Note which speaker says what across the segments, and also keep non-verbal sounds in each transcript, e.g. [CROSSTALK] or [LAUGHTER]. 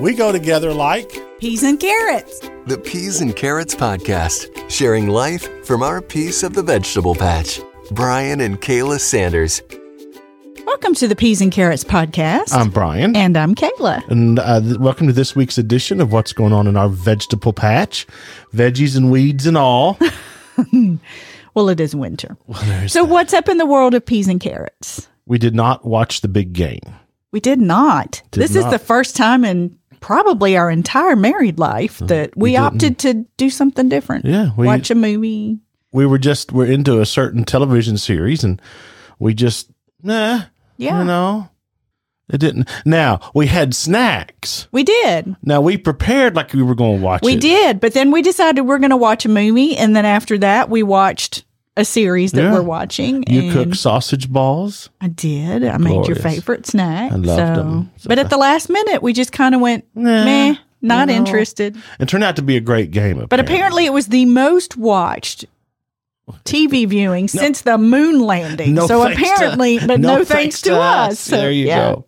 Speaker 1: We go together like
Speaker 2: peas and carrots.
Speaker 3: The Peas and Carrots Podcast, sharing life from our piece of the vegetable patch. Brian and Kayla Sanders.
Speaker 2: Welcome to the Peas and Carrots Podcast.
Speaker 1: I'm Brian.
Speaker 2: and I'm Kayla.
Speaker 1: And uh, th- welcome to this week's edition of What's Going On in Our Vegetable Patch. Veggies and weeds and [LAUGHS] all.
Speaker 2: Well, it
Speaker 1: [LAUGHS]
Speaker 2: is winter.
Speaker 1: there's
Speaker 2: so, what's up in the world of peas and carrots?
Speaker 1: we did not watch the big game.
Speaker 2: We did not.
Speaker 1: Did
Speaker 2: this
Speaker 1: not.
Speaker 2: is the first time in probably our entire married life that we, opted to do something different.
Speaker 1: Mm-hmm. Yeah, we-
Speaker 2: Watch a movie.
Speaker 1: We were just, we're into a certain television series and we just, nah.
Speaker 2: Yeah.
Speaker 1: You know, it didn't. Now, we had snacks.
Speaker 2: We did.
Speaker 1: Now, we prepared like we were going to watch
Speaker 2: We
Speaker 1: it.
Speaker 2: did. But then we decided we're going to watch a movie. And then after that, we watched a series that
Speaker 1: Yeah.
Speaker 2: we're watching.
Speaker 1: You
Speaker 2: and
Speaker 1: cooked sausage balls.
Speaker 2: I did. I made your
Speaker 1: Glorious.
Speaker 2: favorite snack.
Speaker 1: I loved
Speaker 2: so.
Speaker 1: them.
Speaker 2: But at the last minute, we just kind of went,
Speaker 1: Nah,
Speaker 2: meh,
Speaker 1: you
Speaker 2: not
Speaker 1: know.
Speaker 2: interested.
Speaker 1: It turned out to be a great game.
Speaker 2: But apparently, it was the most watched TV viewing since the moon landing. so
Speaker 1: thanks to-
Speaker 2: apparently, but no, thanks, to us. So,
Speaker 1: there you
Speaker 2: yeah.
Speaker 1: go.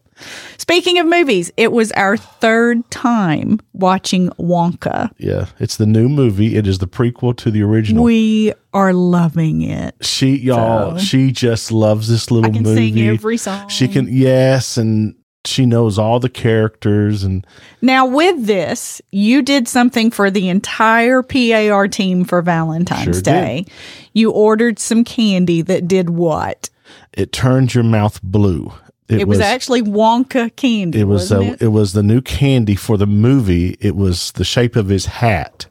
Speaker 2: Speaking of movies, it was our third time watching Wonka.
Speaker 1: Yeah, it's the new movie. It is the prequel to the original.
Speaker 2: We are loving it.
Speaker 1: she y'all,
Speaker 2: So-
Speaker 1: she just loves this little
Speaker 2: I can
Speaker 1: movie.
Speaker 2: sing every song.
Speaker 1: she can yes, and she knows all the characters and
Speaker 2: Now, with this, you did something for the entire PAR team for Valentine's
Speaker 1: Sure did.
Speaker 2: Day. You ordered some candy that did what?
Speaker 1: it turns your mouth blue.
Speaker 2: It, was, actually Wonka candy.
Speaker 1: it was
Speaker 2: wasn't
Speaker 1: uh, it? was the new candy for the movie. It was the shape of his hat.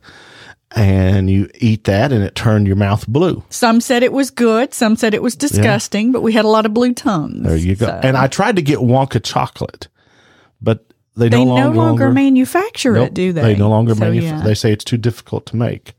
Speaker 1: And you eat that and it turned your mouth blue.
Speaker 2: Some said it was good. Some said it was disgusting, but we had a lot of blue tongues.
Speaker 1: There you go.
Speaker 2: So-
Speaker 1: And I tried to get Wonka chocolate, but they,
Speaker 2: they
Speaker 1: no longer,
Speaker 2: manufacture
Speaker 1: Nope.
Speaker 2: it, do they?
Speaker 1: no longer
Speaker 2: So,
Speaker 1: manuf-
Speaker 2: yeah.
Speaker 1: They say it's too difficult to make.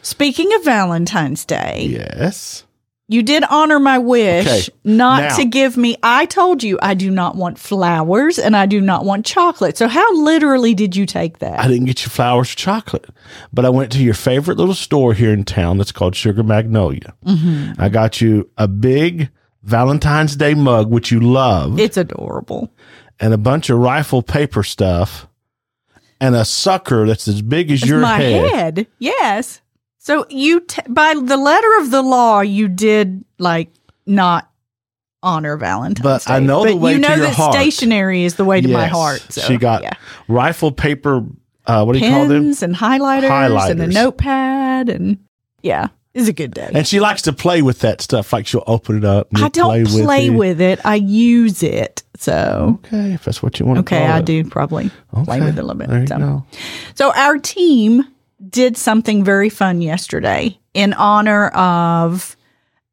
Speaker 2: Speaking of Valentine's Day,
Speaker 1: Yes.
Speaker 2: you did honor my wish
Speaker 1: Okay.
Speaker 2: not
Speaker 1: Now-
Speaker 2: to give me. I told you I do not want flowers and I do not want chocolate. So how literally did you take that?
Speaker 1: I didn't get you flowers or chocolate, but I went to your favorite little store here in town that's called Sugar Magnolia.
Speaker 2: Mm-hmm.
Speaker 1: I got you a big Valentine's Day mug, which you love,
Speaker 2: it's adorable.
Speaker 1: and a bunch of rifle paper stuff, and a sucker that's as big as
Speaker 2: It's
Speaker 1: your
Speaker 2: my head. Yes. So you t- by the letter of the law, you did like not honor Valentine's.
Speaker 1: But
Speaker 2: Day.
Speaker 1: I know the way
Speaker 2: you
Speaker 1: to
Speaker 2: know
Speaker 1: your
Speaker 2: that
Speaker 1: heart.
Speaker 2: stationery is the way to my
Speaker 1: Yes.
Speaker 2: heart. So,
Speaker 1: she got
Speaker 2: yeah.
Speaker 1: rifle paper. Uh, what do you call them?
Speaker 2: pens and highlighters, and a
Speaker 1: Highlighters.
Speaker 2: notepad, and yeah, it's a good day.
Speaker 1: And she likes to play with that stuff. Like she'll open it up. And
Speaker 2: I
Speaker 1: you'll
Speaker 2: don't play,
Speaker 1: it.
Speaker 2: with, it. I use it. So
Speaker 1: Okay, if that's what you want. to
Speaker 2: okay,
Speaker 1: call
Speaker 2: I
Speaker 1: it.
Speaker 2: do probably play
Speaker 1: Okay,
Speaker 2: with it a little bit.
Speaker 1: There you
Speaker 2: so.
Speaker 1: go.
Speaker 2: So our team did something very fun yesterday in honor of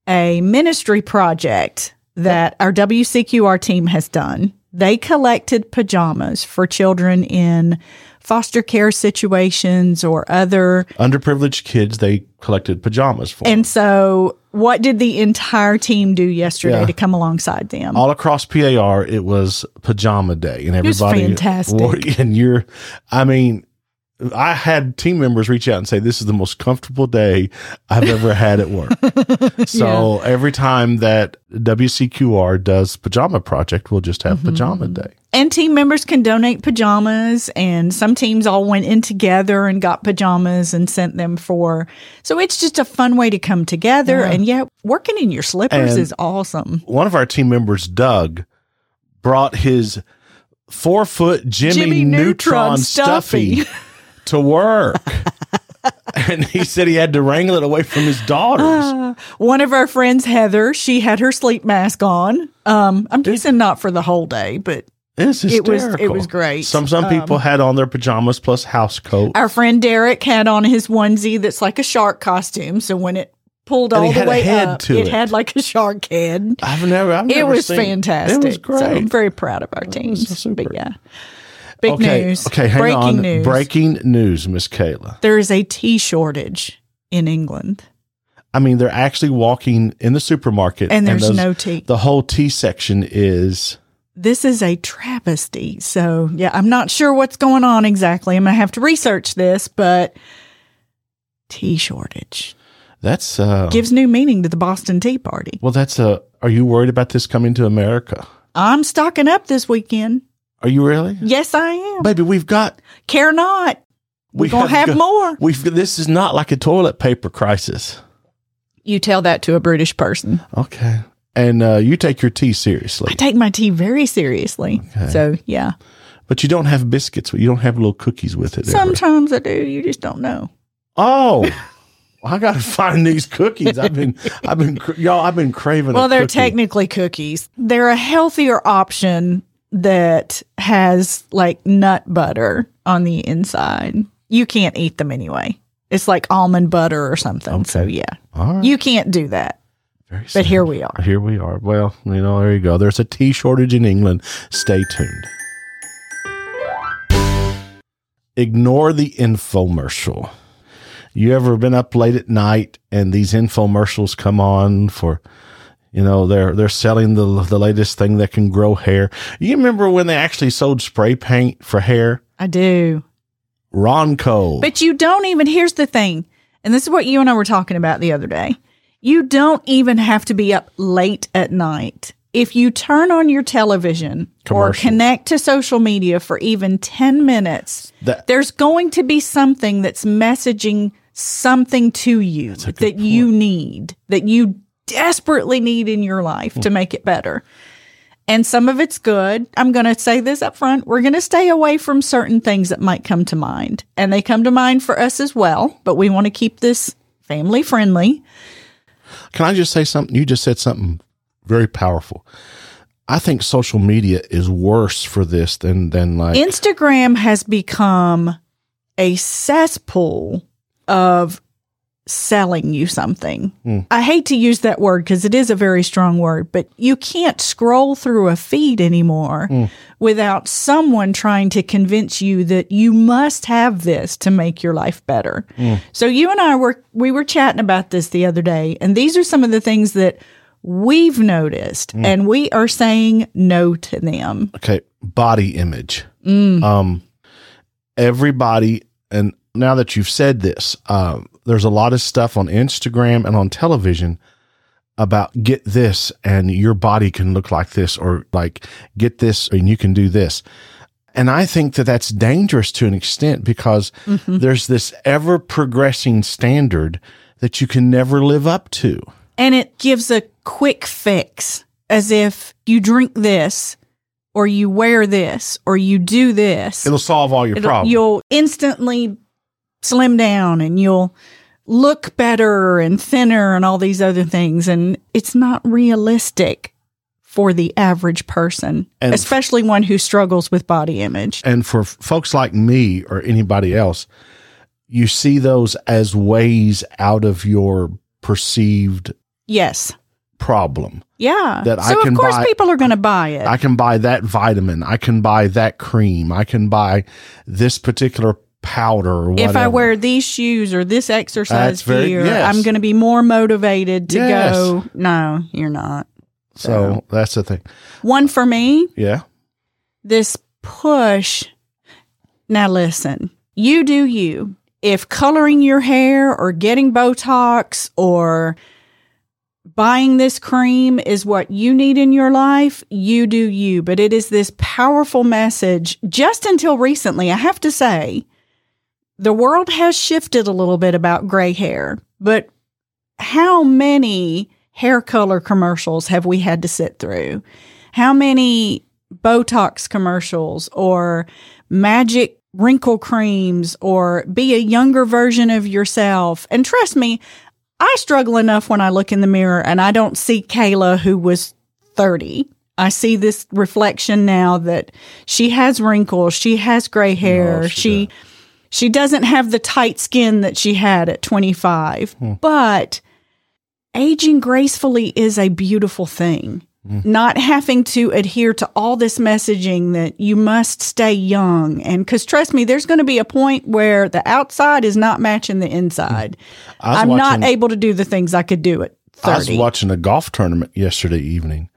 Speaker 2: a ministry project that our WCQR team has done. They collected pajamas for children in foster care situations or other.
Speaker 1: underprivileged kids they collected pajamas for
Speaker 2: And so, what did the entire team do yesterday
Speaker 1: Yeah.
Speaker 2: to come alongside them?
Speaker 1: all across PAR it was pajama day and
Speaker 2: was
Speaker 1: everybody
Speaker 2: fantastic.
Speaker 1: wore- [LAUGHS] and you're I mean I had team members reach out and say this is the most comfortable day I've ever had at
Speaker 2: [LAUGHS]
Speaker 1: work. so every time that WCQR does pajama project we'll just
Speaker 2: Mm-hmm.
Speaker 1: have pajama day.
Speaker 2: And team members can donate pajamas, and some teams all went in together and got pajamas and sent them for. So it's just a fun way to come together. And yeah, working in your slippers
Speaker 1: And-
Speaker 2: is awesome.
Speaker 1: One of our team members Doug brought his 4 foot Jimmy,
Speaker 2: Jimmy
Speaker 1: Neutron,
Speaker 2: Neutron
Speaker 1: stuffy. to work. [LAUGHS] and he said he had to wrangle it away from his daughters.
Speaker 2: [SIGHS] One of our friends, Heather, she had her sleep mask on. Um, I'm guessing not for the whole day, but
Speaker 1: It's
Speaker 2: it was- it
Speaker 1: hysterical.
Speaker 2: was great. Um,
Speaker 1: Some some people had on their pajamas plus house coat.
Speaker 2: our friend Derek had on his onesie that's like a shark costume. So when it pulled
Speaker 1: And
Speaker 2: all
Speaker 1: it
Speaker 2: the
Speaker 1: had a
Speaker 2: way
Speaker 1: head
Speaker 2: up,
Speaker 1: to
Speaker 2: it
Speaker 1: it.
Speaker 2: had like a shark head.
Speaker 1: I've never. I've
Speaker 2: it
Speaker 1: never
Speaker 2: was
Speaker 1: seen-
Speaker 2: fantastic.
Speaker 1: It was great. Oh,
Speaker 2: So I'm very proud of our teams. But
Speaker 1: super.
Speaker 2: yeah. Big
Speaker 1: okay.
Speaker 2: news.
Speaker 1: Okay. Hang
Speaker 2: Breaking
Speaker 1: on.
Speaker 2: news.
Speaker 1: Breaking news, Miss Kayla.
Speaker 2: There is a tea shortage in England
Speaker 1: I mean, they're actually walking in the supermarket,
Speaker 2: and there's
Speaker 1: those-
Speaker 2: no tea.
Speaker 1: The whole tea section is.
Speaker 2: this is a travesty. So, yeah, I'm not sure what's going on exactly. I'm going to have to research this, but tea shortage
Speaker 1: That's. uh
Speaker 2: gives new meaning to the Boston Tea Party.
Speaker 1: Well, that's a. Are you worried about this coming to America?
Speaker 2: I'm stocking up this weekend.
Speaker 1: Are you really?
Speaker 2: Yes, I am.
Speaker 1: Baby, we've got
Speaker 2: Care not. We're
Speaker 1: we
Speaker 2: going to have
Speaker 1: got-
Speaker 2: more.
Speaker 1: We've this is not like a toilet paper crisis.
Speaker 2: You tell that to a British person.
Speaker 1: Okay. And uh, you take your tea
Speaker 2: I
Speaker 1: seriously,
Speaker 2: take my tea very seriously. So, yeah.
Speaker 1: but you don't have biscuits. You don't have little cookies with it. ever.
Speaker 2: Sometimes I do. You just don't know. [LAUGHS]
Speaker 1: Oh, I gotta find these cookies. I've been, I've been, cr- y'all. I've been craving.
Speaker 2: Well,
Speaker 1: a
Speaker 2: they're
Speaker 1: cookie.
Speaker 2: technically cookies. They're a healthier option that has like nut butter on the inside. You can't eat them anyway. It's like almond butter or something. So yeah,
Speaker 1: All right.
Speaker 2: you can't do that.
Speaker 1: Very
Speaker 2: But
Speaker 1: soon.
Speaker 2: here we are.
Speaker 1: Here we are. Well, you know, there you go. There's a tea shortage in England. Stay tuned. Ignore the infomercial. You ever been up late at night and these infomercials come on for you know they're they're selling the the latest thing that can grow hair. You remember when they actually sold spray paint for hair?
Speaker 2: I do.
Speaker 1: Ronco.
Speaker 2: But you don't even, here's the thing, and this is what you and I were talking about the other day. You don't even have to be up late at night. If you turn on your television or
Speaker 1: Commercials.
Speaker 2: connect to social media for even 10 minutes,
Speaker 1: That-
Speaker 2: there's going to be something that's messaging something to you that you need, that you desperately need in your life to make it better and some of it's good. I'm going to say this up front. We're going to stay away from certain things that might come to mind, and they come to mind for us as well, but we want to keep this family friendly.
Speaker 1: Can I just say something? You just said something very powerful. I think social media is worse for this than than like
Speaker 2: Instagram has become a cesspool of selling you something. I hate to use that word because it is a very strong word, but you can't scroll through a feed anymore without someone trying to convince you that you must have this to make your life better. So you and I were we were chatting about this the other day and these are some of the things that we've noticed and we are saying no to them.
Speaker 1: okay body image. Um, everybody, and now that you've said this, um, there's a lot of stuff on Instagram and on television about get this and your body can look like this, or like get this and you can do this. And I think that that's dangerous to an extent because
Speaker 2: Mm-hmm.
Speaker 1: there's this ever progressing standard that you can never live up to.
Speaker 2: and it gives a quick fix as if you drink this or you wear this or you do this
Speaker 1: It'll solve all your
Speaker 2: It'll-
Speaker 1: problems.
Speaker 2: you'll instantly slim down and you'll look better and thinner and all these other things and it's not realistic for the average person
Speaker 1: And-
Speaker 2: especially one who struggles with body image
Speaker 1: and for f- folks like me or anybody else, you see those as ways out of your perceived
Speaker 2: yes
Speaker 1: problem.
Speaker 2: yeah
Speaker 1: That I
Speaker 2: so
Speaker 1: can
Speaker 2: of course
Speaker 1: buy-
Speaker 2: people are going to buy it
Speaker 1: I can buy that vitamin. I can buy that cream. I can buy this particular powder. Or whatever.
Speaker 2: if I wear these shoes or this exercise
Speaker 1: That's very-
Speaker 2: gear,
Speaker 1: yes.
Speaker 2: I'm going to be more motivated to
Speaker 1: Yes.
Speaker 2: go. No, you're not.
Speaker 1: so that's the thing.
Speaker 2: One for me,
Speaker 1: Yeah,
Speaker 2: this push. Now, listen, you do you. If coloring your hair or getting Botox or buying this cream is what you need in your life, you do you. But it is this powerful message. Just until recently, I have to say, the world has shifted a little bit about gray hair, but how many hair color commercials have we had to sit through? How many Botox commercials or magic wrinkle creams or be a younger version of yourself? And trust me, I struggle enough when I look in the mirror and I don't see Kayla who was 30. I see this reflection now that she has wrinkles, she has gray hair,
Speaker 1: No, she
Speaker 2: she she doesn't have the tight skin that she had at 25, but aging gracefully is a beautiful thing. Not having to adhere to all this messaging that you must stay young. And because trust me, there's going to be a point where the outside is not matching the inside.
Speaker 1: Mm. I was
Speaker 2: I'm not
Speaker 1: watching-
Speaker 2: able to do the things I could do at
Speaker 1: I was
Speaker 2: 30.
Speaker 1: watching a golf tournament yesterday evening,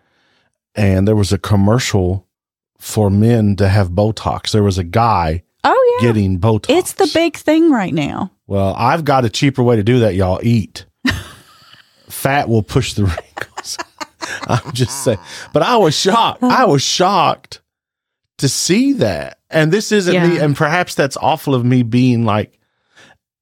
Speaker 1: and there was a commercial for men to have Botox. There was a guy
Speaker 2: oh, yeah.
Speaker 1: getting Botox.
Speaker 2: It's the big thing right now.
Speaker 1: Well, I've got a cheaper way to do that, y'all. Eat. [LAUGHS] Fat will push the [LAUGHS] wrinkles. I'm just saying. But I was shocked. I was shocked to see that. And this isn't
Speaker 2: Yeah.
Speaker 1: me, and perhaps that's awful of me being like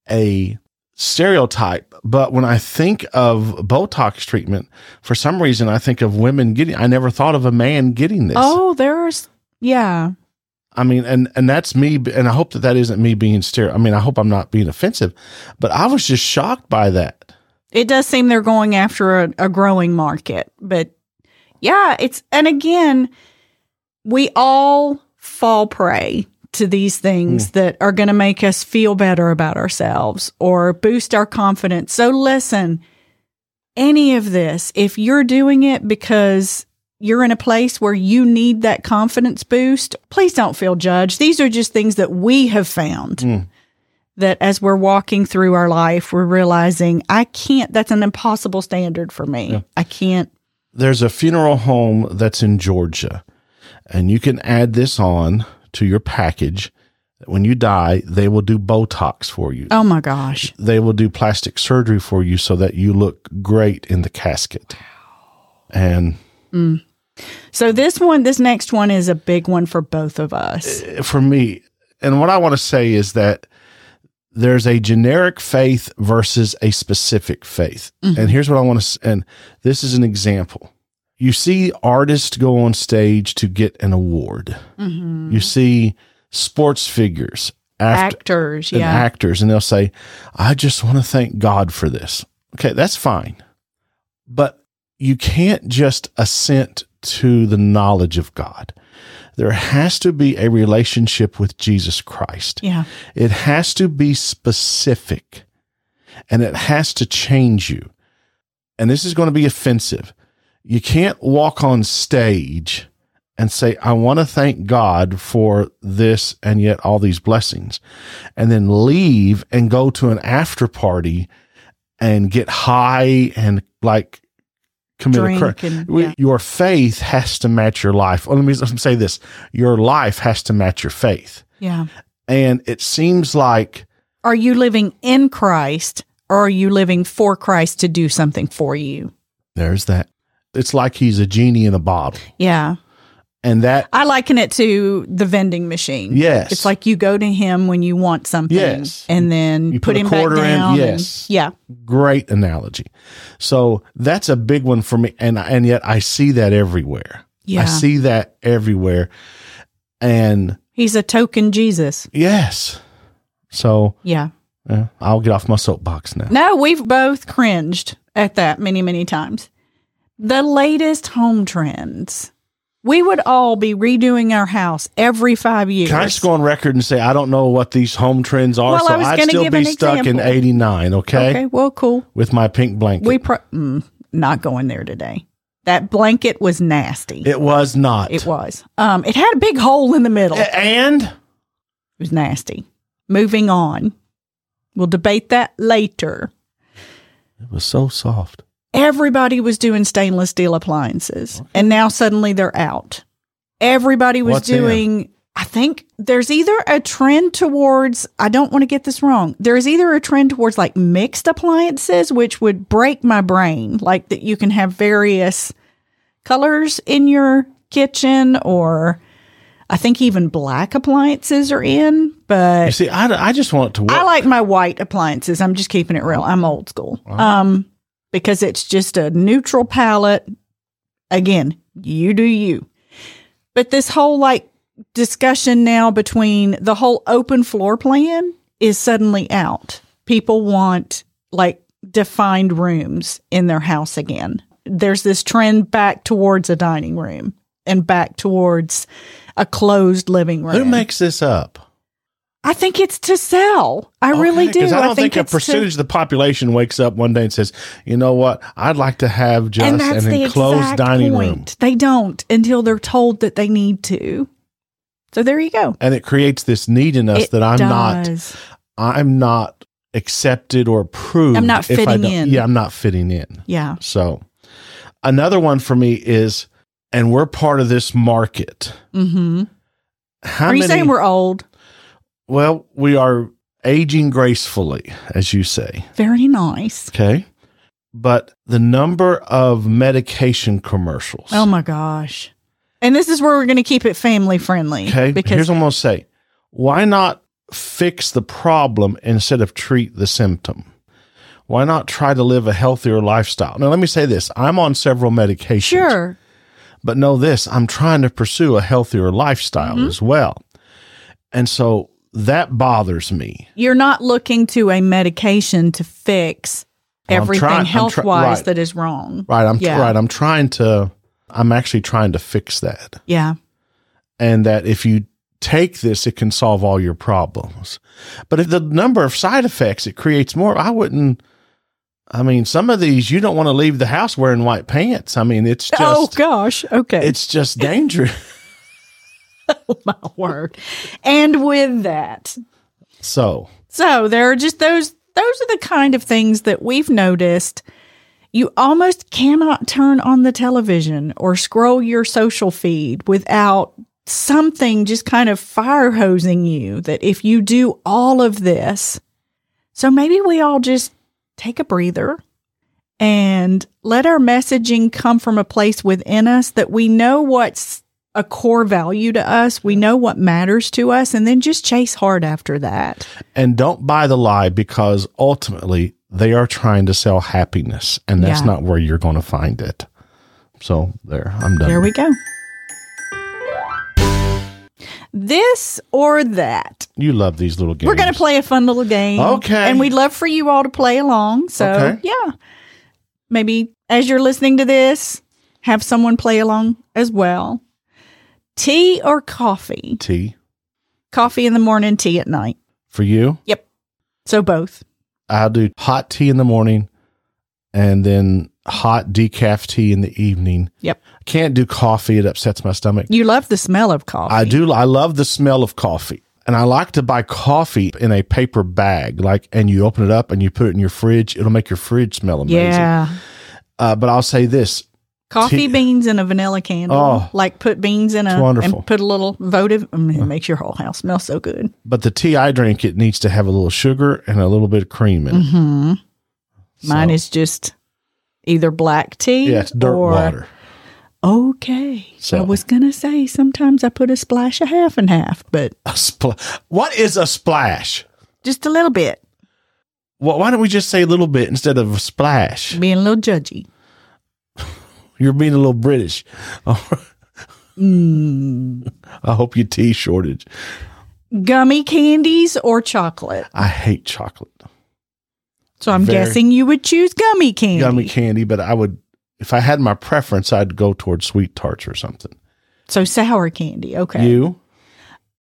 Speaker 1: a stereotype, but when I think of Botox treatment, for some reason I think of women getting I never thought of a man getting this.
Speaker 2: Oh, there's yeah.
Speaker 1: I mean, and and that's me, b- and I hope that that isn't me being stereo. I mean, I hope I'm not being offensive, but I was just shocked by that.
Speaker 2: It does seem they're going after a, a growing market, but yeah, it's and again, we all fall prey to these things that are going to make us feel better about ourselves or boost our confidence. So listen, any of this, if you're doing it because you're in a place where you need that confidence boost, please don't feel judged. These are just things that we have found
Speaker 1: Mm.
Speaker 2: that as we're walking through our life, we're realizing I can't, that's an impossible standard for me. I can't.
Speaker 1: There's a funeral home that's in Georgia, and you can add this on to your package. When you die, they will do Botox for you.
Speaker 2: Oh my gosh.
Speaker 1: They will do plastic surgery for you so that you look great in the casket. And
Speaker 2: So this one, this next one is a big one for both of us.
Speaker 1: for me, and what I want to say is that there's a generic faith versus a specific faith. And here's what I want to, s- and this is an example. You see artists go on stage to get an award.
Speaker 2: Mm-hmm.
Speaker 1: You see sports figures, act,
Speaker 2: Actors,
Speaker 1: and
Speaker 2: yeah.
Speaker 1: actors and they'll say, I just want to thank God for this. Okay, that's fine. But you can't just assent to the knowledge of God. There has to be a relationship with Jesus Christ.
Speaker 2: yeah.
Speaker 1: It has to be specific and it has to change you. And this is going to be offensive. You can't walk on stage and say, I want to thank God for this and yet all these blessings, and then leave and go to an after party and get high and like commit a crime.
Speaker 2: Drink and
Speaker 1: We-
Speaker 2: yeah.
Speaker 1: Your faith has to match your life. Well, let me let me say this your life has to match your faith.
Speaker 2: yeah.
Speaker 1: And it seems like
Speaker 2: Are you living in Christ or are you living for Christ to do something for you?
Speaker 1: there's that. It's like he's a genie in a bottle.
Speaker 2: Yeah.
Speaker 1: And that,
Speaker 2: I liken it to the vending machine.
Speaker 1: Yes.
Speaker 2: It's like you go to him when you want something
Speaker 1: Yes.
Speaker 2: and then
Speaker 1: You
Speaker 2: put,
Speaker 1: put a
Speaker 2: him
Speaker 1: quarter in,
Speaker 2: back down. and-
Speaker 1: yes.
Speaker 2: yeah.
Speaker 1: great analogy. So that's a big one for me. And, and yet I see that everywhere.
Speaker 2: Yeah.
Speaker 1: I see that everywhere. And
Speaker 2: He's a token Jesus.
Speaker 1: yes. So
Speaker 2: Yeah.
Speaker 1: yeah, I'll get off my soapbox now.
Speaker 2: No, we've both cringed at that many, many times. The latest home trends. We would all be redoing our house every five years.
Speaker 1: Can I just go on record and say I don't know what these home trends are?
Speaker 2: Well, I
Speaker 1: so
Speaker 2: was
Speaker 1: I'd
Speaker 2: gonna
Speaker 1: still
Speaker 2: give
Speaker 1: be
Speaker 2: an
Speaker 1: stuck
Speaker 2: example.
Speaker 1: in 89, okay?
Speaker 2: Okay, well, cool.
Speaker 1: With my pink blanket.
Speaker 2: We pro- mm, not going there today. That blanket was nasty. It,
Speaker 1: it was not.
Speaker 2: was. Um, it had a big hole in the middle. It
Speaker 1: A- And
Speaker 2: was nasty. Moving on. We'll debate that later.
Speaker 1: it was so soft.
Speaker 2: Everybody was doing stainless steel appliances, and now suddenly they're out. Everybody was
Speaker 1: What's in?
Speaker 2: doing. I think there's either a trend towards, I don't want to get this wrong. There's either a trend towards like mixed appliances, which would break my brain, like that you can have various colors in your kitchen, or I think even black appliances are in,
Speaker 1: You
Speaker 2: but
Speaker 1: see, I, I just want it to work.
Speaker 2: I like my white appliances. I'm just keeping it real. I'm old school. Um, because it's just a neutral palette. Again, you do you. But this whole like discussion now between the whole open floor plan is suddenly out. People want like defined rooms in their house again. There's this trend back towards a dining room and back towards a closed living room.
Speaker 1: Who makes this up?
Speaker 2: I think it's to sell. I really
Speaker 1: Okay,
Speaker 2: do.
Speaker 1: 'cause I don't think,
Speaker 2: it's
Speaker 1: a percentage
Speaker 2: To,
Speaker 1: of the population wakes up one day and says, "You know what? I'd like to have just
Speaker 2: and that's
Speaker 1: an
Speaker 2: the
Speaker 1: enclosed
Speaker 2: exact
Speaker 1: dining
Speaker 2: point.
Speaker 1: room,"
Speaker 2: They don't until they're told that they need to. So there you go.
Speaker 1: and it creates this need in us
Speaker 2: It
Speaker 1: that I'm not,
Speaker 2: does.
Speaker 1: I'm not accepted or approved.
Speaker 2: I'm not
Speaker 1: if I
Speaker 2: fitting
Speaker 1: don't-
Speaker 2: in.
Speaker 1: Yeah, I'm not fitting in.
Speaker 2: Yeah.
Speaker 1: So, another one for me is, and we're part of this market.
Speaker 2: Mm-hmm.
Speaker 1: How
Speaker 2: Are you
Speaker 1: many?
Speaker 2: saying we're old?
Speaker 1: well, we are aging gracefully, as you say.
Speaker 2: Very nice.
Speaker 1: Okay. But the number of medication commercials.
Speaker 2: Oh my gosh. And this is where we're going to keep it family friendly.
Speaker 1: Okay. Here's
Speaker 2: Because
Speaker 1: what I'm going to say why not fix the problem instead of treat the symptom? Why not try to live a healthier lifestyle? Now, let me say this I'm on several medications.
Speaker 2: sure,
Speaker 1: But know this I'm trying to pursue a healthier lifestyle
Speaker 2: Mm-hmm.
Speaker 1: as well. And so that bothers me.
Speaker 2: you're not looking to a medication to fix
Speaker 1: I'm
Speaker 2: everything
Speaker 1: trying- I'm try-
Speaker 2: health wise
Speaker 1: right.
Speaker 2: that is wrong.
Speaker 1: Right. I'm
Speaker 2: Yeah.
Speaker 1: right. I'm trying to, I'm actually trying to fix that.
Speaker 2: Yeah.
Speaker 1: and that if you take this, it can solve all your problems. But if the number of side effects it creates more, I wouldn't. I mean, some of these you don't want to leave the house wearing white pants. I mean, it's just
Speaker 2: oh gosh. Okay.
Speaker 1: it's just dangerous. [LAUGHS]
Speaker 2: [LAUGHS] my word. And with that,
Speaker 1: so
Speaker 2: So there are just those those are the kind of things that we've noticed. You almost cannot turn on the television or scroll your social feed without something just kind of fire hosing you that if you do all of this. So maybe we all just take a breather and let our messaging come from a place within us that we know what's a core value to us, we know what matters to us, and then just chase hard after that.
Speaker 1: and don't buy the lie because ultimately they are trying to sell happiness, and that's
Speaker 2: Yeah.
Speaker 1: not where you're going to find it. So there, I'm done.
Speaker 2: There we go. This or that.
Speaker 1: you love these little games.
Speaker 2: We're going to play a fun little game.
Speaker 1: Okay.
Speaker 2: And we'd love for you all to play along. So,
Speaker 1: Okay.
Speaker 2: yeah. Maybe as you're listening to this, have someone play along as well. Tea or coffee?
Speaker 1: tea
Speaker 2: Coffee in the morning, tea at night.
Speaker 1: for you.
Speaker 2: Yep. So both.
Speaker 1: I'll do hot tea in the morning and then hot decaf tea in the evening.
Speaker 2: Yep.
Speaker 1: I can't do coffee, it upsets my stomach.
Speaker 2: You love the smell of coffee.
Speaker 1: I do I love the smell of coffee. And I like to buy coffee in a paper bag, like, and you open it up and you put it in your fridge. It'll make your fridge smell amazing.
Speaker 2: Yeah.
Speaker 1: Uh, but I'll say this
Speaker 2: Coffee
Speaker 1: Tea-
Speaker 2: beans in a vanilla candle.
Speaker 1: Oh.
Speaker 2: like put beans in a
Speaker 1: wonderful.
Speaker 2: and put a little votive. I mean, it makes your whole house smell so good.
Speaker 1: but the tea I drink, it needs to have a little sugar and a little bit of cream in it.
Speaker 2: hmm Mine
Speaker 1: So-
Speaker 2: is just either black tea
Speaker 1: Yeah, it's dirt
Speaker 2: or
Speaker 1: water.
Speaker 2: okay.
Speaker 1: So-
Speaker 2: I was gonna say sometimes I put a splash of half and half, but
Speaker 1: A spl- what is a splash?
Speaker 2: just a little bit,
Speaker 1: Wh- Why don't we just say a little bit instead of a splash?
Speaker 2: being a little judgy.
Speaker 1: You're being a little British. [LAUGHS]
Speaker 2: Mm.
Speaker 1: I hope your tea shortage.
Speaker 2: Gummy candies or chocolate.
Speaker 1: I hate chocolate,
Speaker 2: So I'm
Speaker 1: Very-
Speaker 2: guessing you would choose gummy candy.
Speaker 1: gummy candy, but I would, if I had my preference, I'd go towards sweet tarts or something.
Speaker 2: so sour candy. Okay.
Speaker 1: You?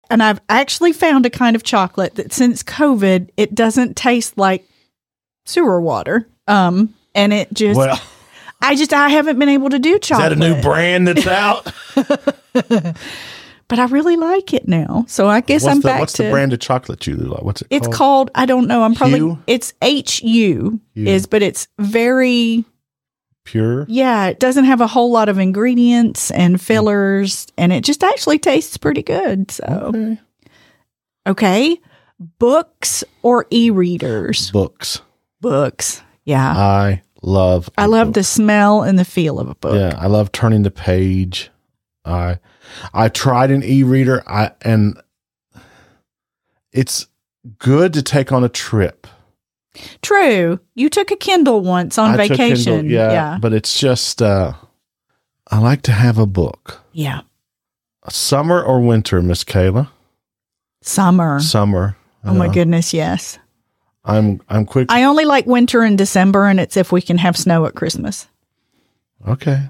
Speaker 2: and I've actually found a kind of chocolate that since COVID, it doesn't taste like sewer water. Um, and it just,
Speaker 1: well,
Speaker 2: I just, I haven't been able to
Speaker 1: is
Speaker 2: do
Speaker 1: that
Speaker 2: chocolate.
Speaker 1: a new brand
Speaker 2: [LAUGHS]
Speaker 1: that's out?
Speaker 2: But I really like it now. So I guess
Speaker 1: what's
Speaker 2: I'm
Speaker 1: the,
Speaker 2: back
Speaker 1: what's
Speaker 2: to
Speaker 1: the brand of chocolate you like? What's it
Speaker 2: It's
Speaker 1: called?
Speaker 2: called, I don't know. I'm probably,
Speaker 1: Hue?
Speaker 2: it's H U
Speaker 1: Hue.
Speaker 2: is, but it's very,
Speaker 1: Pure?
Speaker 2: yeah, it doesn't have a whole lot of ingredients
Speaker 1: Hmm.
Speaker 2: and fillers. And it just actually tastes pretty good. So,
Speaker 1: Okay.
Speaker 2: okay. Books or e readers?
Speaker 1: Books.
Speaker 2: Books. Yeah.
Speaker 1: I love.
Speaker 2: I
Speaker 1: a
Speaker 2: love
Speaker 1: book.
Speaker 2: the smell and the feel of a book.
Speaker 1: Yeah, I love turning the page. I I tried an e-reader. I and it's good to take on a trip
Speaker 2: True. You took a Kindle once on
Speaker 1: I took Kindle,
Speaker 2: vacation.
Speaker 1: yeah,
Speaker 2: yeah.
Speaker 1: but it's just uh, I like to have a book.
Speaker 2: Yeah.
Speaker 1: Summer or winter, Miss Kayla?
Speaker 2: Summer.
Speaker 1: Summer.
Speaker 2: oh my
Speaker 1: Uh,
Speaker 2: goodness, yes.
Speaker 1: I'm I'm quick.
Speaker 2: I only like winter in December and it's if we can have snow at Christmas.
Speaker 1: okay,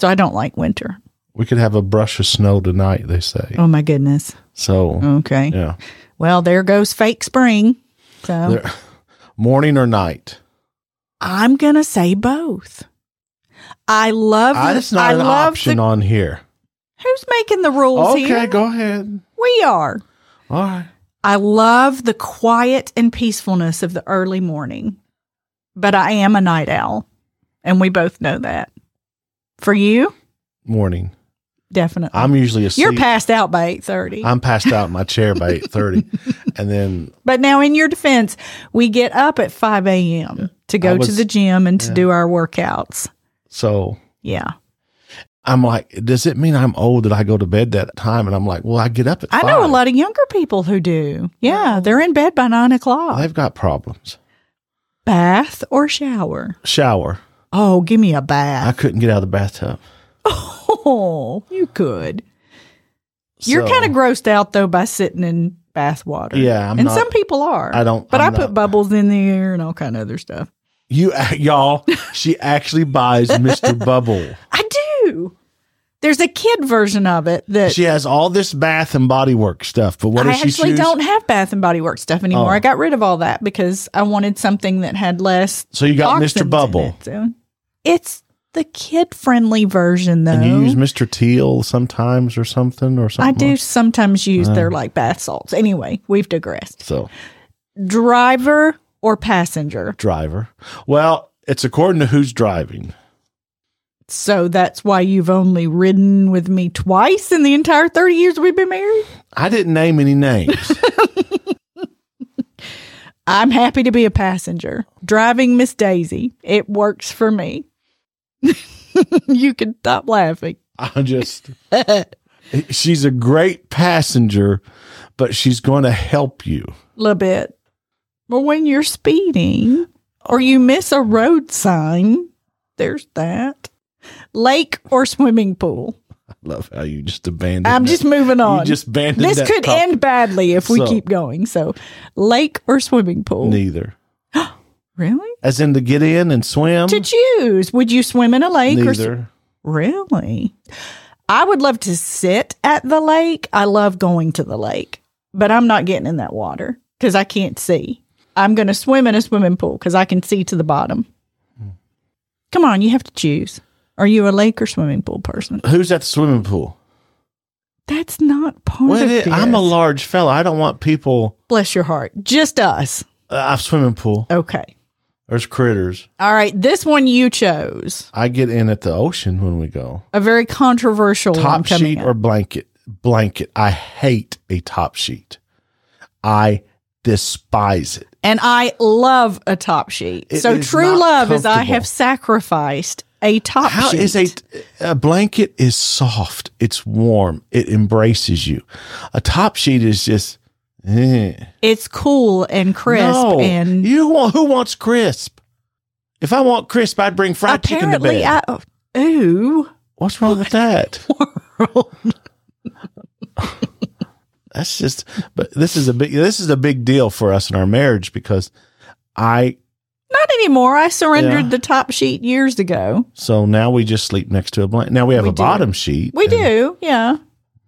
Speaker 2: So I don't like winter.
Speaker 1: we could have a brush of snow tonight. They say
Speaker 2: Oh my goodness.
Speaker 1: so.
Speaker 2: Okay.
Speaker 1: Yeah,
Speaker 2: Well, there goes fake spring. So
Speaker 1: There- morning or night.
Speaker 2: I'm going to say both. I love
Speaker 1: I,
Speaker 2: the-
Speaker 1: it's Ah, not
Speaker 2: I
Speaker 1: an
Speaker 2: love
Speaker 1: option
Speaker 2: the,
Speaker 1: on here.
Speaker 2: Who's making the rules
Speaker 1: Okay,
Speaker 2: here?
Speaker 1: go ahead.
Speaker 2: We are.
Speaker 1: All right.
Speaker 2: I love the quiet and peacefulness of the early morning, but I am a night owl, and we both know that. For you,
Speaker 1: Morning.
Speaker 2: definitely.
Speaker 1: I'm usually asleep.
Speaker 2: You're passed out by eight thirty.
Speaker 1: I'm passed out in my chair by eight
Speaker 2: [LAUGHS]
Speaker 1: thirty, and then
Speaker 2: But now, in your defense, we get up at five a.m. to
Speaker 1: I
Speaker 2: go to
Speaker 1: was-
Speaker 2: the gym and to
Speaker 1: yeah.
Speaker 2: do our workouts.
Speaker 1: so
Speaker 2: Yeah,
Speaker 1: I'm like, does it mean I'm old that I go to bed that time? And I'm like, well, I get up at
Speaker 2: I know a
Speaker 1: five. Oh.
Speaker 2: lot of younger people who do. Yeah, they're in bed by nine o'clock.
Speaker 1: I've got problems.
Speaker 2: bath or shower?
Speaker 1: Shower.
Speaker 2: Oh, give me a
Speaker 1: I
Speaker 2: bath.
Speaker 1: couldn't get out of the bathtub.
Speaker 2: Oh, [LAUGHS] you could. You're
Speaker 1: So,
Speaker 2: kind of grossed out though by sitting in bath water.
Speaker 1: Yeah, I'm
Speaker 2: and
Speaker 1: not-
Speaker 2: some people are.
Speaker 1: I don't-
Speaker 2: But i
Speaker 1: I'm
Speaker 2: put
Speaker 1: not.
Speaker 2: bubbles in there and all kind of other stuff.
Speaker 1: you, [LAUGHS] y'all. She actually buys
Speaker 2: [LAUGHS]
Speaker 1: Mr. Bubble.
Speaker 2: I do. There's a kid version of it that
Speaker 1: She has all this Bath and Body Work stuff, but what
Speaker 2: I
Speaker 1: does she
Speaker 2: actually
Speaker 1: choose?
Speaker 2: don't have Bath and Body Works stuff anymore.
Speaker 1: Oh.
Speaker 2: I got rid of all that because I wanted something that had less.
Speaker 1: So you got
Speaker 2: toxins in
Speaker 1: Mr. Bubble,
Speaker 2: it. So It's the kid friendly version though.
Speaker 1: and you use Mr. Teal sometimes or something or
Speaker 2: I
Speaker 1: something.
Speaker 2: do
Speaker 1: like-
Speaker 2: sometimes use their like bath salts. Anyway, we've digressed.
Speaker 1: So
Speaker 2: Driver or passenger?
Speaker 1: driver. Well, it's according to who's driving.
Speaker 2: So that's why you've only ridden with me twice in the entire 30 years we've been married?
Speaker 1: I didn't name any
Speaker 2: [LAUGHS]
Speaker 1: names.
Speaker 2: I'm happy to be a passenger. Driving Miss Daisy, it works for me. [LAUGHS] you can stop laughing.
Speaker 1: I just she's a great passenger, but she's going to help you.
Speaker 2: little bit. But when you're speeding or you miss a road sign, there's that. Lake or swimming pool.
Speaker 1: I love how you just abandoned.
Speaker 2: I'm
Speaker 1: that-
Speaker 2: just moving on.
Speaker 1: you just abandoned.
Speaker 2: this
Speaker 1: that
Speaker 2: could
Speaker 1: topic.
Speaker 2: end badly if we
Speaker 1: So-
Speaker 2: keep going. So, lake or swimming pool?
Speaker 1: neither.
Speaker 2: Really?
Speaker 1: As in to get in and swim.
Speaker 2: To choose, would you swim in a lake or s-
Speaker 1: Mm. neither.
Speaker 2: really? I would love to sit at the lake. I love going to the lake, but I'm not getting in that water because I can't see. I'm going to swim in a swimming pool because I can see to the bottom.
Speaker 1: Hmm.
Speaker 2: Come on, you have to choose. Are you a lake or swimming pool person?
Speaker 1: Who's at the swimming pool?
Speaker 2: That's not part
Speaker 1: Well,
Speaker 2: of
Speaker 1: it-
Speaker 2: this.
Speaker 1: I'm a large fella. I don't want people.
Speaker 2: Bless your heart. Just us.
Speaker 1: Uh, I swimming pool.
Speaker 2: Okay.
Speaker 1: There's critters.
Speaker 2: All right, this one you chose.
Speaker 1: I get in at the ocean when we go.
Speaker 2: A very controversial one
Speaker 1: Top
Speaker 2: coming
Speaker 1: sheet
Speaker 2: up.
Speaker 1: or blanket? Blanket. I hate a top sheet. I despise it.
Speaker 2: and I love a top sheet.
Speaker 1: It
Speaker 2: so
Speaker 1: is
Speaker 2: true
Speaker 1: not
Speaker 2: love is I
Speaker 1: comfortable.
Speaker 2: have sacrificed a top
Speaker 1: How
Speaker 2: sheet.
Speaker 1: is a a blanket is soft, it's warm, it embraces you. A top sheet is just eh.
Speaker 2: it's cool and crisp
Speaker 1: No.
Speaker 2: and
Speaker 1: you want who wants crisp? If I want crisp, I'd bring fried chicken to
Speaker 2: apparently
Speaker 1: bed.
Speaker 2: I oh, ooh
Speaker 1: What's wrong with
Speaker 2: [LAUGHS]
Speaker 1: that? [LAUGHS] That's just but this is a big this is a big deal for us in our marriage because I
Speaker 2: not anymore. I surrendered
Speaker 1: Yeah.
Speaker 2: the top sheet years ago.
Speaker 1: so now we just sleep next to a blanket. Now we have
Speaker 2: We
Speaker 1: a
Speaker 2: do.
Speaker 1: bottom sheet.
Speaker 2: We
Speaker 1: and-
Speaker 2: do, yeah.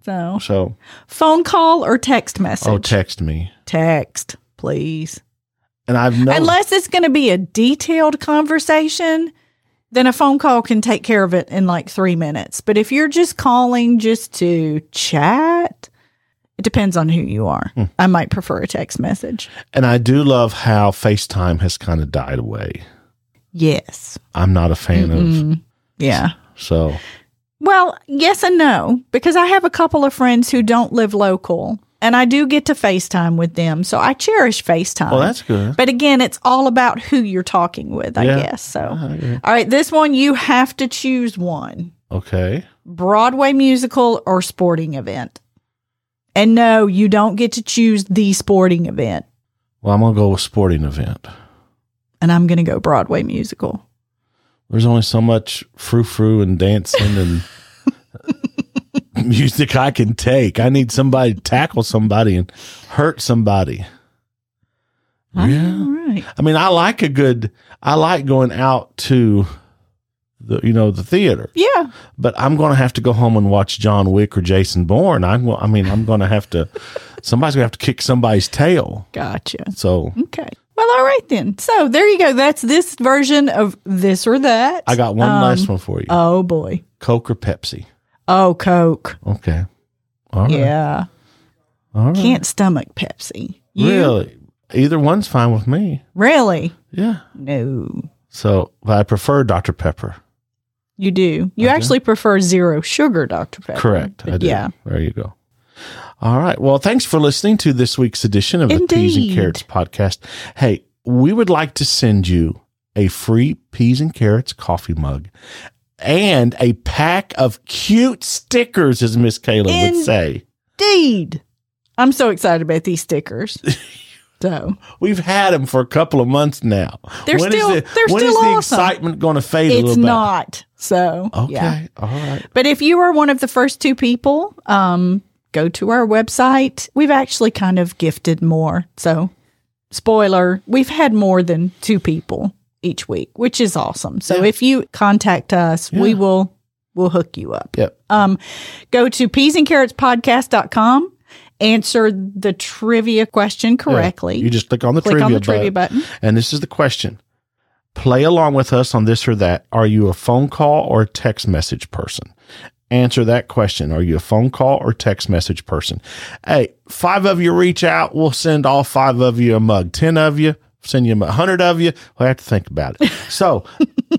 Speaker 2: So
Speaker 1: So
Speaker 2: phone call or text message.
Speaker 1: oh text me.
Speaker 2: text, please.
Speaker 1: And I've no
Speaker 2: Unless it's going to be a detailed conversation, then a phone call can take care of it in like three minutes. But if you're just calling just to chat, it depends on who you are.
Speaker 1: Hmm.
Speaker 2: I might prefer a text message.
Speaker 1: And I do love how FaceTime has kind of died away.
Speaker 2: Yes.
Speaker 1: I'm not a fan of.
Speaker 2: Mm-hmm. Yeah.
Speaker 1: So
Speaker 2: Well, yes and no, because I have a couple of friends who don't live local and I do get to FaceTime with them. So I cherish FaceTime.
Speaker 1: well, that's
Speaker 2: [LAUGHS]
Speaker 1: good.
Speaker 2: But again, it's all about who you're talking with, I
Speaker 1: Yeah.
Speaker 2: guess. So,
Speaker 1: I agree.
Speaker 2: all right, this one, you have to choose one.
Speaker 1: Okay,
Speaker 2: Broadway musical or sporting event. And no, you don't get to choose the sporting event.
Speaker 1: well, I'm gonna go with sporting event.
Speaker 2: And I'm going to go Broadway musical.
Speaker 1: There's only so much frou frou and dancing and [LAUGHS] music I can take. I need somebody to tackle somebody and hurt somebody.
Speaker 2: All right.
Speaker 1: I mean, I like a good. I like going out to the you know the theater,
Speaker 2: Yeah.
Speaker 1: but I'm going to have to go home and watch John Wick or Jason Bourne. I'm. go- I mean, I'm going to have to. Somebody's going to have to kick somebody's tail.
Speaker 2: Gotcha.
Speaker 1: So
Speaker 2: Okay. Well, all right then. So there you go. That's this version of this or that.
Speaker 1: I got one
Speaker 2: Um,
Speaker 1: last one for you:
Speaker 2: Oh, boy.
Speaker 1: Coke or Pepsi.
Speaker 2: Oh, Coke.
Speaker 1: Okay. All right.
Speaker 2: Yeah.
Speaker 1: All right.
Speaker 2: Can't stomach Pepsi. You?
Speaker 1: Really, either one's fine with me.
Speaker 2: Really?
Speaker 1: Yeah.
Speaker 2: No.
Speaker 1: So but I prefer Dr Pepper.
Speaker 2: You do. You actually prefer zero sugar, Dr. Pepper.
Speaker 1: Correct. I do.
Speaker 2: Yeah.
Speaker 1: There you go. All right. Well, thanks for listening to this week's edition of the Peas and
Speaker 2: Indeed.
Speaker 1: Carrots podcast. Hey, we would like to send you a free Peas and Carrots coffee mug and a pack of cute stickers, as Miss Kayla would
Speaker 2: In-
Speaker 1: say.
Speaker 2: Indeed. I'm so excited about
Speaker 1: [LAUGHS]
Speaker 2: these stickers. So
Speaker 1: We've had them for a couple of months now.
Speaker 2: They're
Speaker 1: When is
Speaker 2: still-
Speaker 1: the,
Speaker 2: they're
Speaker 1: when is
Speaker 2: still
Speaker 1: the
Speaker 2: awesome.
Speaker 1: excitement going to fade a
Speaker 2: it's
Speaker 1: little bit?
Speaker 2: not. So
Speaker 1: Okay,
Speaker 2: yeah.
Speaker 1: all right.
Speaker 2: But if you are one of the first two people, um, go to our website. We've actually kind of gifted more. So, spoiler, we've had more than two people each week, which is awesome. So,
Speaker 1: Yeah.
Speaker 2: if you contact us, we
Speaker 1: Yeah.
Speaker 2: will we'll hook you up.
Speaker 1: Yep.
Speaker 2: Um, go to peasandcarrotspodcast.com, answer the trivia question correctly.
Speaker 1: You just click on the
Speaker 2: Click
Speaker 1: trivia
Speaker 2: on the
Speaker 1: button.
Speaker 2: trivia button.
Speaker 1: And this is the question. Play along with us on this or that. Are you a phone call or a text message person? Answer that question. Are you a phone call or text message person? Hey, five of you reach out. We'll send all five of you a mug. Ten of you, send you a mug. Hundred of you, we'll have to think about
Speaker 2: [LAUGHS]
Speaker 1: it. So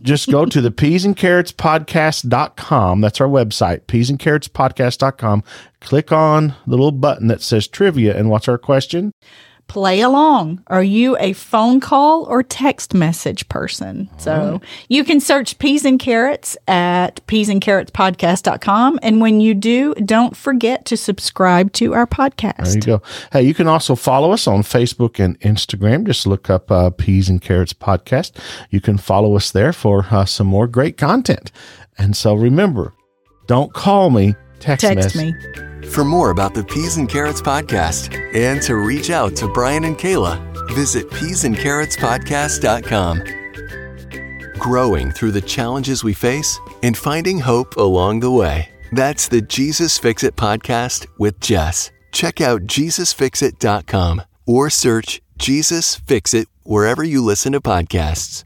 Speaker 1: just go to the peas and carrots podcast.com. That's our website, peas and carrots podcast.com. Click on the little button that says trivia. And what's our question?
Speaker 2: play along. Are you a phone call or text message person? so you can search peas and carrots at peasandcarrotspodcast.com. And when you do, don't forget to subscribe to our
Speaker 1: There you
Speaker 2: podcast.
Speaker 1: go. Hey, you can also follow us on Facebook and Instagram. Just look up uh, Peas and Carrots Podcast. You can follow us there for uh, some more great content. And so remember, don't call me, text,
Speaker 2: Text
Speaker 1: me.
Speaker 2: me.
Speaker 3: For more about the Peas and Carrots podcast and to reach out to Brian and Kayla, visit peasandcarrotspodcast.com. Growing through the challenges we face and finding hope along the way. That's the Jesus Fix It podcast with Jess. Check out jesusfixit.com or search Jesus Fix It wherever you listen to podcasts.